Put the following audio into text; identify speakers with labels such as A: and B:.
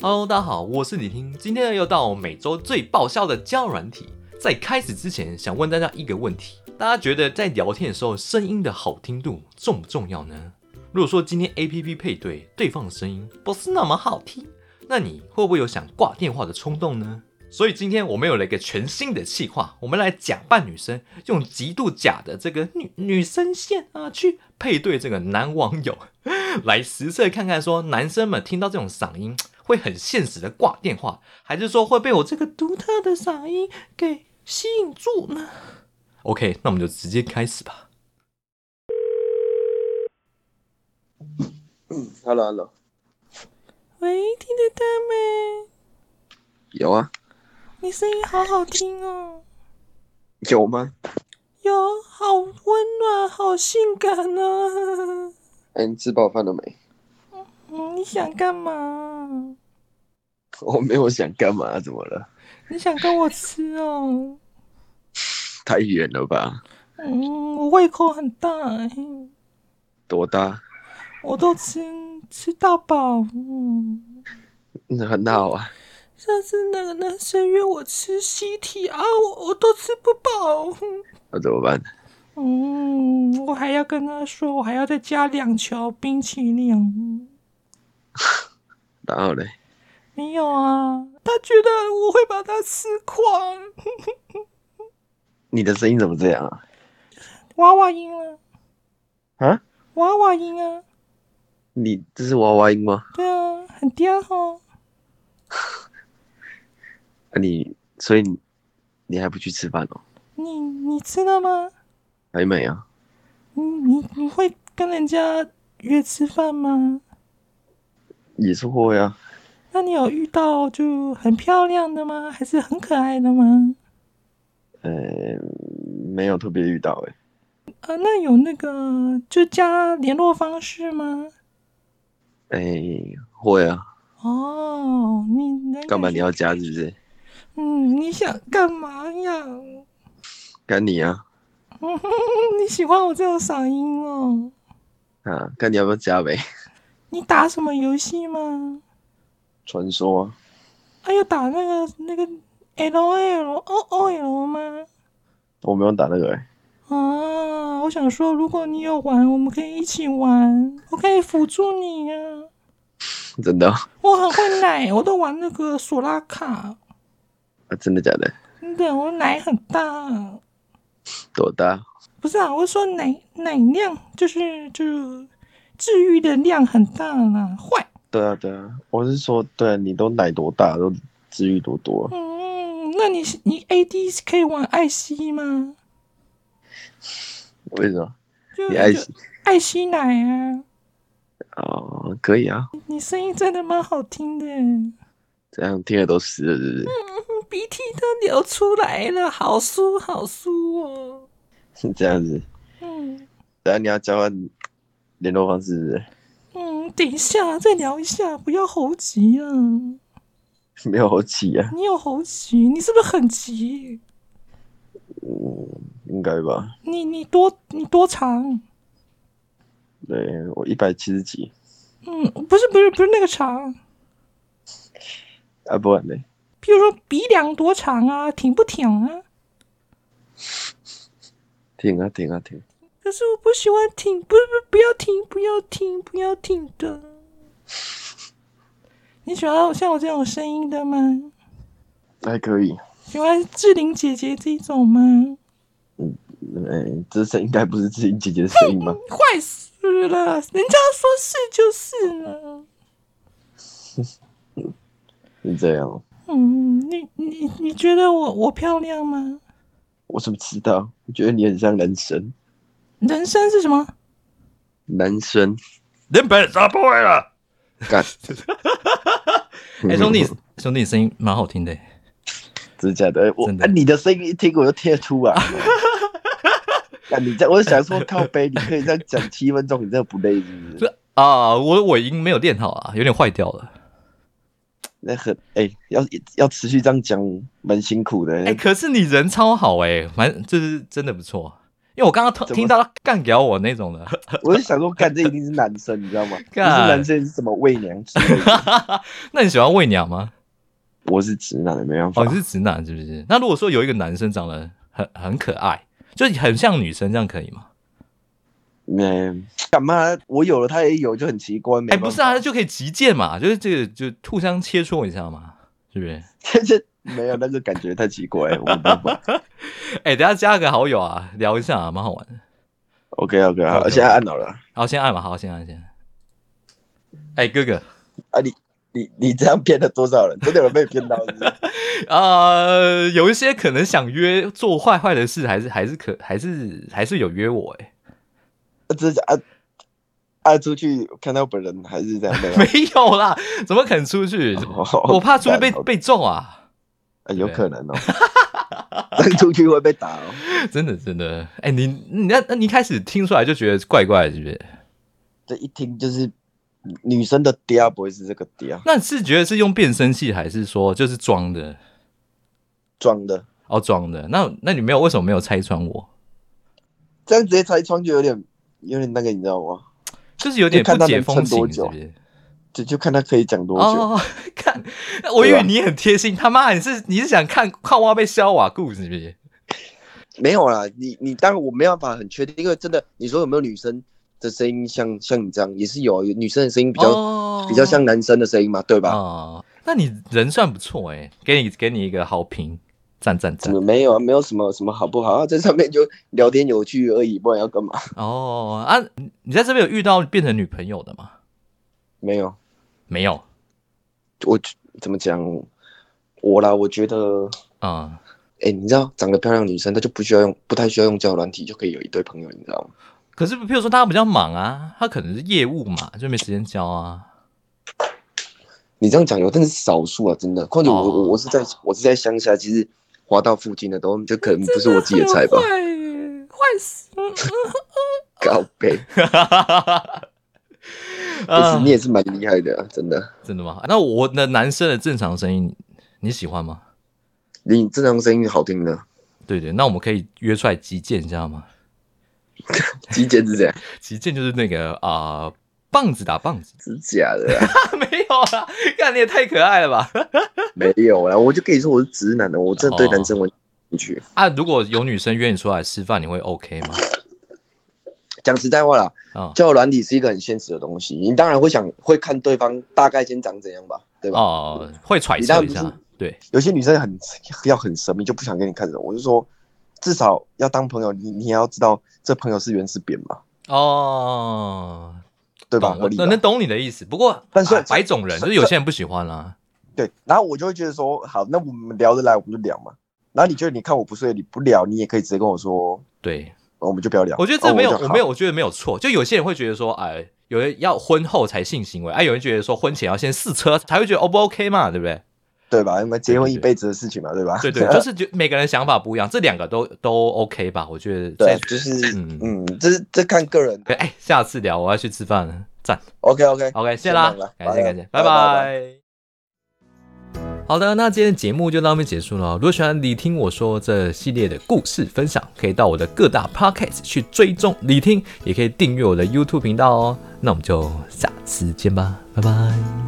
A: Hello，大家好，我是李听。今天呢，又到我每周最爆笑的交友软体。在开始之前，想问大家一个问题：大家觉得在聊天的时候，声音的好听度重不重要呢？如果说今天 A P P 配对对方的声音不是那么好听，那你会不会有想挂电话的冲动呢？所以今天我们有了一个全新的企划，我们来假扮女生，用极度假的这个女女生线啊，去配对这个男网友，来实测看看，说男生们听到这种嗓音会很现实的挂电话，还是说会被我这个独特的嗓音给吸引住呢？OK，那我们就直接开始吧。
B: Hello Hello，
C: 喂，听得到没？
B: 有啊，
C: 你声音好好听哦，
B: 有吗？
C: 有，好温暖，好性感啊呢、
B: 哎、你吃饱饭了没？
C: 嗯，你想干嘛？
B: 我没有想干嘛，怎么了？
C: 你想跟我吃哦？
B: 太远了吧？
C: 嗯，我胃口很大、哎
B: 多大？
C: 我都吃吃到饱。嗯，
B: 那很好啊。
C: 上次那个男生约我吃西体啊，我我都吃不饱。
B: 那怎么办？
C: 嗯，我还要跟他说，我还要再加两球冰淇淋。嗯
B: 然后嘞，
C: 没有啊，他觉得我会把他吃垮。
B: 你的声音怎么这样啊？
C: 娃娃音啊，
B: 啊？
C: 娃娃音啊，
B: 你这是娃娃音吗？
C: 对啊，很嗲哈。
B: 啊、你所以你你还不去吃饭哦？
C: 你你吃了吗？
B: 还没啊？
C: 你你你会跟人家约吃饭吗？
B: 也是会啊，
C: 那你有遇到就很漂亮的吗？还是很可爱的吗？
B: 呃，没有特别遇到哎、
C: 呃，那有那个就加联络方式吗？
B: 哎、会啊，
C: 哦，你那个
B: 干嘛你要加是不是？
C: 嗯，你想干嘛呀？
B: 干你啊
C: 你喜欢我这种嗓音哦？
B: 啊，看你要不要加呗？
C: 你打什么游戏吗？
B: 传说、啊、
C: 哎呦，打那个那个 L O L O O L 吗？
B: 我没有打那个、欸，
C: 啊，我想说，如果你有玩，我们可以一起玩，我可以辅助你呀、啊。
B: 真的哦、
C: 我很会奶，我都玩那个索拉卡，
B: 啊，真的假的？
C: 真的，我奶很大。啊
B: 多大？
C: 不是啊，我是说奶奶量就是就是治愈的量很大啦，坏。
B: 对啊，对啊，我是说，对、啊、你都奶多大，都治愈多多，啊
C: 嗯，那你你 AD 可以玩艾希吗？
B: 为什么？
C: 就
B: 你爱
C: 就艾希奶啊，
B: 哦，可以啊，
C: 你声音真的蛮好听的，
B: 这样听了都湿了，是不是？
C: 鼻涕都流出来了，好酥好酥哦。
B: 是这样子。
C: 嗯
B: 等下你要交换联络方式是不
C: 嗯，等一下再聊一下，不要猴急啊！
B: 是，没有好奇啊，
C: 你有猴急，你是不是很急？
B: 嗯，应该吧？
C: 你你多你多长？
B: 对我一百七十几，
C: 嗯，不是不是不是那个长，
B: 啊，不然嘞，
C: 譬如说鼻梁多长啊，挺不挺啊？
B: 停啊停啊停，
C: 可是我不喜欢挺，不不不要挺，不要挺，不要挺的。你喜欢像我这种声音的吗？
B: 还可以。
C: 喜欢志玲姐姐这种吗？
B: 嗯，这声应该不是自己姐姐的声音 吧？
C: 坏死了，人家说是就是了。
B: 是这样哦，
C: 嗯，你你你觉得我我漂亮吗？
B: 我怎么知道？我觉得你很像男生，
C: 人生是什么？
B: 男生
A: 人本杀破坏了。
B: 干。 嗯
A: 哎、兄弟，兄弟，声音蛮好听的。
B: 真的假的？我
A: 真的
B: 啊，你的声音一听我就贴出 来了。啊，你这，我想说靠背，你可以这样讲七分钟，你真的不累是不是？
A: 这啊，我的尾音没有练好啊，有点坏掉了。
B: 那很哎、要要持
A: 哎
B: 续这样讲，蛮辛苦的。
A: 哎、可是你人超好哎、蛮就是真的不错。因为我刚刚听
B: 怎么
A: 听到他干掉我那种的，
B: 我就想说，干这一定是男生，你知道吗？不是
A: 干
B: 男生是什么喂娘之类 的
A: 那你喜欢喂鸟吗？
B: 我是直男的，没办法。
A: 哦，你是直男是不是？那如果说有一个男生长得很很可爱，就是很像女生，这样可以吗？
B: 嗯，干嘛？我有了，他也有，就很奇怪。
A: 哎、
B: 哎
A: 不是啊，那就可以击剑嘛，就是这个就互相切磋一下嘛，是不是？
B: 这这没有那个感觉太奇怪，我没办 法。
A: 哎、等一下加个好友啊，聊一下啊，蛮好玩的。
B: OK OK，
A: 好
B: 好，现在按好了。
A: 好，先按吧，好，先按先按。哎、哥哥，
B: 啊，你你你这样骗了多少人？真的有人被骗到是不是？
A: 呃，有一些可能想约做坏坏的事，还是还是可还是还是有约我哎、
B: 啊真的啊啊！出去看到本人还是这样
A: 。
B: 的
A: 没有啦，怎么肯出去？ 我
B: 我
A: 怕出去被被中啊！
B: 有可能哦。 这样出去会被打哦。
A: 真的真的，哎、你你那那你一开始听出来就觉得怪怪的，是不是？
B: 这一听就是女生的嗲，不会是这个嗲
A: 那你是觉得是用变声器，还是说就是装的？
B: 装的，
A: 哦，装的。那那你没有为什么没有拆穿我？
B: 这样直接拆穿就有点有点那个，你知道吗？
A: 就是有点
B: 就看
A: 不
B: 他
A: 解
B: 能
A: 风
B: 撑多
A: 情，是
B: 久
A: 不是？
B: 就就看他可以讲多久。
A: 哦，看，我以为你很贴心，他妈你是你是想看看我被削瓦故事，是不是？
B: 没有啦，你你当然我没办法很确定，因为真的你说有没有女生的声音像像你这样也是有啊，有女生的声音比较、
A: 哦
B: 比较像男生的声音嘛，对吧？
A: 哦，那你人算不错哎、给你给你一个好评，赞赞
B: 怎
A: 赞
B: 么！没有啊？没有什么什么好不好啊？在 上面就聊天有趣而已，不然要干嘛？
A: 哦啊，你在这边有遇到变成女朋友的吗？
B: 没有，
A: 没有
B: 我怎么讲？我啦，我觉得，
A: 啊、
B: 哎、你知道长得漂亮的女生，她就不需要用，不太需要用交友软体就可以有一堆朋友，你知道吗？
A: 可是譬如说他比较忙啊，他可能是业务嘛，就没时间教啊。
B: 你这样讲有，但是少数啊，真的。况且我
A: 哦
B: 我我是在我是在乡下，其实滑到附近的都就可能不是我自己的菜吧
C: 真，很坏耶，坏死了！
B: 高倍。其实
A: 啊
B: 你也是蛮厉害的、啊，真的。
A: 真的吗？那我的男生的正常声音你喜欢吗？
B: 你正常声音好听的，
A: 对对，那我们可以约出来击剑，你知道吗？
B: 击剑是这样，
A: 击剑就是那个啊、呃棒子打棒子
B: 是假的、啊，
A: 啊，没有啊，看你也太可爱了吧！
B: 没有啦。我就跟你说我是直男的，我真的对男生我兴趣。
A: 啊，如果有女生约你出来吃饭，你会 OK 吗？
B: 讲实在话啦，
A: 啊、
B: 交友软体是一个很现实的东西，你当然会想会看对方大概先长怎样吧，对吧？
A: 哦，会揣
B: 你
A: 测
B: 当然
A: 一
B: 不
A: 下
B: 是，
A: 对，
B: 有些女生很要很神秘，就不想跟你看人。我就说，至少要当朋友，你你也要知道这朋友是原始扁嘛，
A: 哦，
B: 对吧？
A: 懂
B: 合
A: 我
B: 理吧
A: 能能懂你的意思，不过
B: 但是
A: 啊百种人，就是有些人不喜欢啦、
B: 对，然后我就会觉得说，好，那我们聊得来，我们就聊嘛。然后你觉得你看我不顺眼，你不聊，你也可以直接跟我说，
A: 对，
B: 我们就不要聊。
A: 我觉得这没有，
B: 哦就
A: 我
B: 好
A: 没有，我觉得没有错。就有些人会觉得说，哎，有人要婚后才性行为，哎、有人觉得说婚前要先试车才会觉得 O 不 OK 嘛，对不对？
B: 对吧？因为结婚
A: 对对对
B: 一辈子的事情嘛，对吧？
A: 对 对，就是就每个人想法不一样，这两个都都 OK 吧？我觉得
B: 对
A: 这，
B: 就是
A: 嗯
B: 嗯，这是这看个人。
A: 哎，下次聊，我要去吃饭了，赞。
B: OK OK，
A: OK，谢谢啦
B: 先忙了，
A: 感谢
B: 拜
A: 感
B: 拜
A: 谢，拜
B: 拜拜
A: 拜。好的，那今天的节目就到这边结束了哦。如果喜欢你听我说这系列的故事分享，可以到我的各大 podcast 去追踪你听，也可以订阅我的 YouTube 频道哦。那我们就下次见吧，拜拜。